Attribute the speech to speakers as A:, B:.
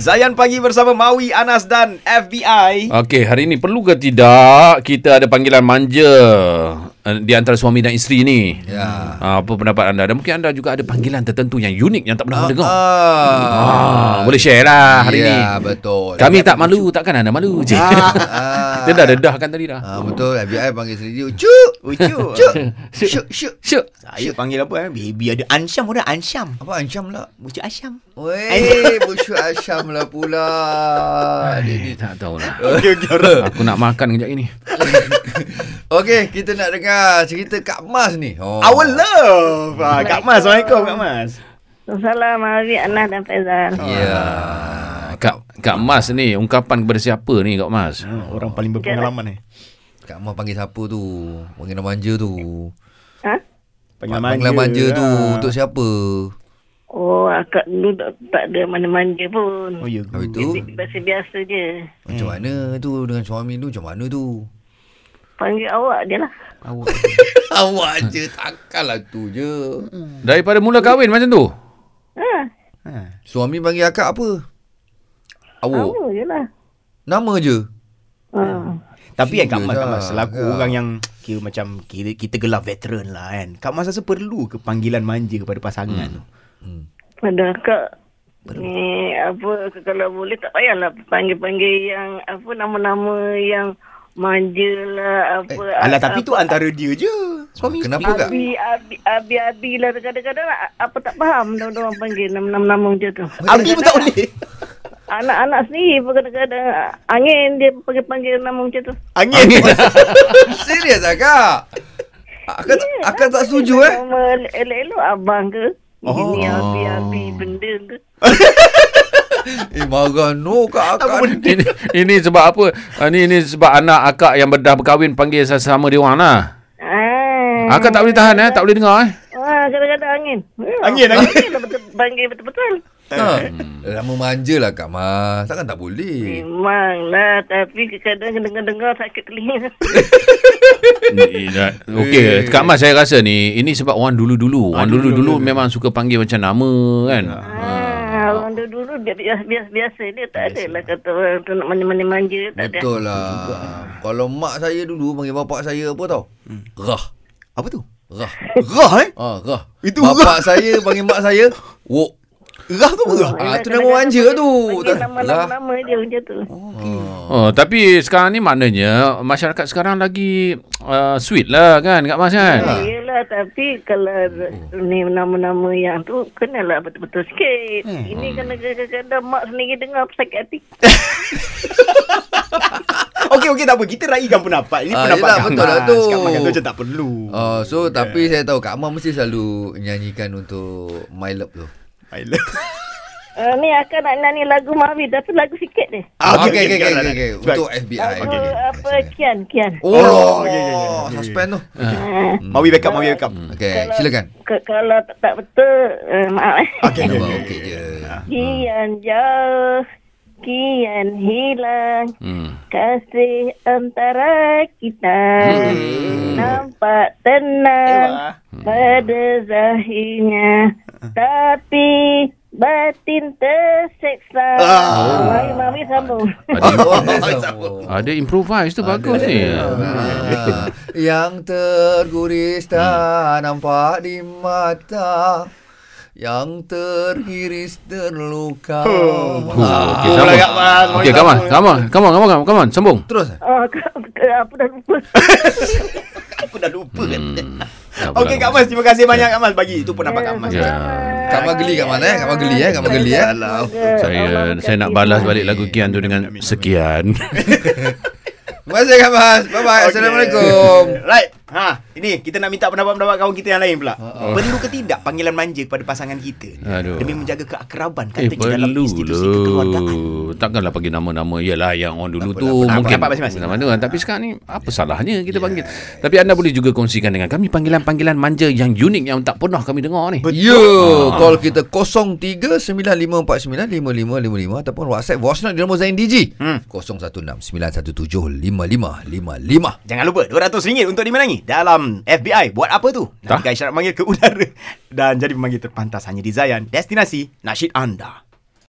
A: Zayan Pagi bersama Maui Anas dan FBI.
B: Okey, hari ni perlu ke tidak kita ada panggilan manja eh, di antara suami dan isteri ni? Ya. Apa pendapat anda? Dan mungkin anda juga ada panggilan tertentu yang unik yang tak pernah dengar. Oh. Ah, boleh share lah hari
C: ah. ya,
B: ni.
C: betul.
B: Kami tak malu, takkan anda malu je. Kita dah dedahkan tadi dah.
C: Ah, betul, FBI panggil sendiri dia. Cuk!
A: Ucu.
C: Cuk! Syuk! Syuk!
B: Syuk.
A: Oh. Saya panggil apa eh? Baby ada Ansyam ada Ansyam.
C: Apa Ansyam lah?
A: Ucu Ansyam.
C: Weh, busu Ansyam lah pula. Dia
B: Eh,
C: ni.
B: tak tahulah.
A: Okey okey.
B: Aku nak makan kejap ini.
C: Okey, kita nak dengar cerita Kak Mas ni. Oh.
A: Our
B: lah.
A: love. Ah, Kak Mas, Assalamualaikum Kak Mas.
D: Assalamualaikum Mawi Anas dan Faizal.
C: Ya.
B: Kak Kak Mas ni ungkapan kepada siapa ni Kak Mas?
A: Ah, Orang paling berpengalaman eh.
C: Kak Mas panggil siapa tu? Panggil nama manja tu.
D: Ha?
C: Panggil nama manja lah. tu
A: Ah.
C: untuk siapa?
D: Oh, akak dulu tak, tak ada mana-mana
A: Oh
D: pun.
A: ya. ke?
C: Habis tu,
D: Biasa-biasa je.
C: macam mana tu dengan suami tu? Macam mana tu?
D: Panggil awak je lah.
C: Awak je, takkanlah tu je. Hmm.
B: Daripada mula kahwin macam tu.
D: Ha,
A: Ha.
C: Suami panggil akak apa?
A: Oh.
C: Awak?
D: awak je lah.
C: Nama je?
D: Ha.
A: Tapi kan Kak Mas,
C: Serius
A: Kak Mas
C: lah,
A: selaku
C: Kak.
A: orang yang kira macam kita, kita gelar veteran lah kan. Kak Mas rasa perlu ke panggilan manja kepada pasangan tu?
C: Hmm.
D: Pada akak, ni apa, kalau boleh tak payahlah panggil-panggil yang, apa, nama-nama yang manja lah, apa.
A: Eh, Alah tapi tu antara dia je. Suami
C: Kenapa
A: isteri.
C: kak?
D: Abi, abi, abi, abi lah. Kadang-kadang lah, apa tak faham orang panggil nama-nama macam tu.
A: Abi pun tak boleh.
D: Anak-anak sendiri pun kadang-kadang angin dia panggil-panggil nama macam tu.
A: Angin.
C: Serius lah kak? Akak, tak- akak tak setuju eh?
D: Nama elok-elok abang ke? Oh. Ini abi-abi benda ke?
C: Eh marah no kak akak ni.
B: ini, ini sebab apa? Ah, Ini ini sebab anak akak yang berdah berkahwin panggil sesama dia orang lah.
D: Ah.
B: Akak tak boleh tahan eh, tak boleh dengar eh.
D: Wah, kadang-kadang angin. Ya,
A: Angin, angin.
D: Angin lah betul, panggil betul-betul.
C: Ha.
A: Hmm.
C: Lama manja lah kak mas. Takkan tak boleh.
D: Memanglah, lah, tapi kadang-kadang dengar-dengar sakit telinga.
B: Okey, Kak Mas saya rasa ni ini sebab orang dulu-dulu. Orang dulu-dulu memang suka panggil macam nama kan.
D: ah, orang dulu-dulu dia biasa, biasa, biasa. Dia tak ada lah kata orang tu nak manja-manja. Tak ada.
C: Betul lah. Kalau mak saya dulu panggil bapak saya apa tau? Rah.
A: Apa tu?
C: Rah.
A: Hmm. Rah eh?
C: Ha, rah.
A: Itu
C: bapak saya panggil mak saya wok.
A: Rah tu apa? Rah?
C: Ah,
D: Yelah,
C: tu nama
D: kadang-kadang
C: manja
D: panggil-
C: tu. Ha.
D: Panggil
C: Lah.
D: nama-nama dia macam tu.
B: Oh, tapi sekarang ni maknanya masyarakat sekarang lagi uh, sweet lah kan Kak Mas
D: Ha.
B: kan.
D: Yelah tapi kalau ni nama-nama yang tu kenalah betul-betul sikit. Hmm. Ini kena kadang-kadang mak sendiri dengar sakit hati.
A: Okey okey tak apa kita raikan pendapat. Ini
C: Ah,
A: pendapat
C: yelah,
A: Kak
C: betul lah
A: Mas.
C: tu.
A: Kak Mas kata macam tak perlu.
C: Oh, so tapi saya tahu Kak Amar mesti selalu nyanyikan untuk My Love tu.
A: I love.
D: Uh, ni akan nak nyanyi lagu Mami tapi lagu sikit ni.
A: Ah,
C: Okey okey okey
A: dah, dah,
C: okey. okey.
A: dah. Sebab-
C: Untuk FBI.
D: Apa apa Kian Kian.
C: Oh, oh okay, okay, okay, suspend tu.
A: Hmm.
D: Ha.
A: Mawi backup, Mawi backup.
C: Okey, silakan.
D: Ke- kalau tak, tak betul uh, maaf eh.
A: Okey, okey,
C: Nama
A: okey. Ah.
C: okey je.
D: Kian jauh kian hilang.
B: Hmm.
D: Kasih antara kita
B: Hmm.
D: nampak tenang pada zahirnya, tapi batin terseksa.
B: Ah.
D: Mari mami sambung.
B: Ada,
C: Oh,
B: ada improvise tu bagus ni.
C: Ah, yang terguris
A: Hmm.
C: tak nampak di mata Yang terkiris terluka
A: Oh.
B: Oh,
C: Ah,
B: Okey, sama. Okey, Kak Mas, come on, come on, come on, come on, come on, sambung.
C: Terus
D: Oh, ke- ke- apa dah lupa.
A: Aku dah lupa kan.
C: Hmm.
B: Tak apa,
A: Okey Kak Mas, terima kasih banyak
C: Ya.
A: Kak Mas bagi itu pendapat Kak Mas.
B: Ya.
C: Kak Mak geli kat mana eh? Kak Mak geli eh? Kak Mak geli eh?
B: Saya saya nak balas balik lagu Kian tu dengan sekian.
C: Terima kasih Kak Mas Bye-bye
A: Okey.
C: Assalamualaikum
A: Right. Ha, ini kita nak minta pendapat-pendapat kawan kita yang lain pula.
C: Ah,
A: Perlu ke tidak panggilan manja kepada pasangan kita
B: Aduh.
A: demi menjaga keakraban
B: Eh
A: katanya dalam
B: perlu
A: institusi kekeluargaan.
B: lu Takkanlah panggil nama-nama Yalah yang orang dulu
C: Tak
B: tu
C: apa, tak apa,
B: Mungkin
A: pendapat masing-masing. Ha. Ya.
B: nama tu kan. Tapi sekarang ni Apa salahnya kita panggil Tapi anda boleh juga kongsikan dengan kami Panggilan-panggilan manja yang unik Yang tak pernah kami dengar ni
C: Ya, yeah, call kita 0395495555 ataupun WhatsApp voice note di nombor Zain DJ. Hmm. 0169175555.
A: Jangan lupa RM200 untuk dimenangi dalam FBI Buat apa tu? Nantikan syarat manggil ke udara Dan jadi pemanggil terpantas hanya di Zayan Destinasi nasyid anda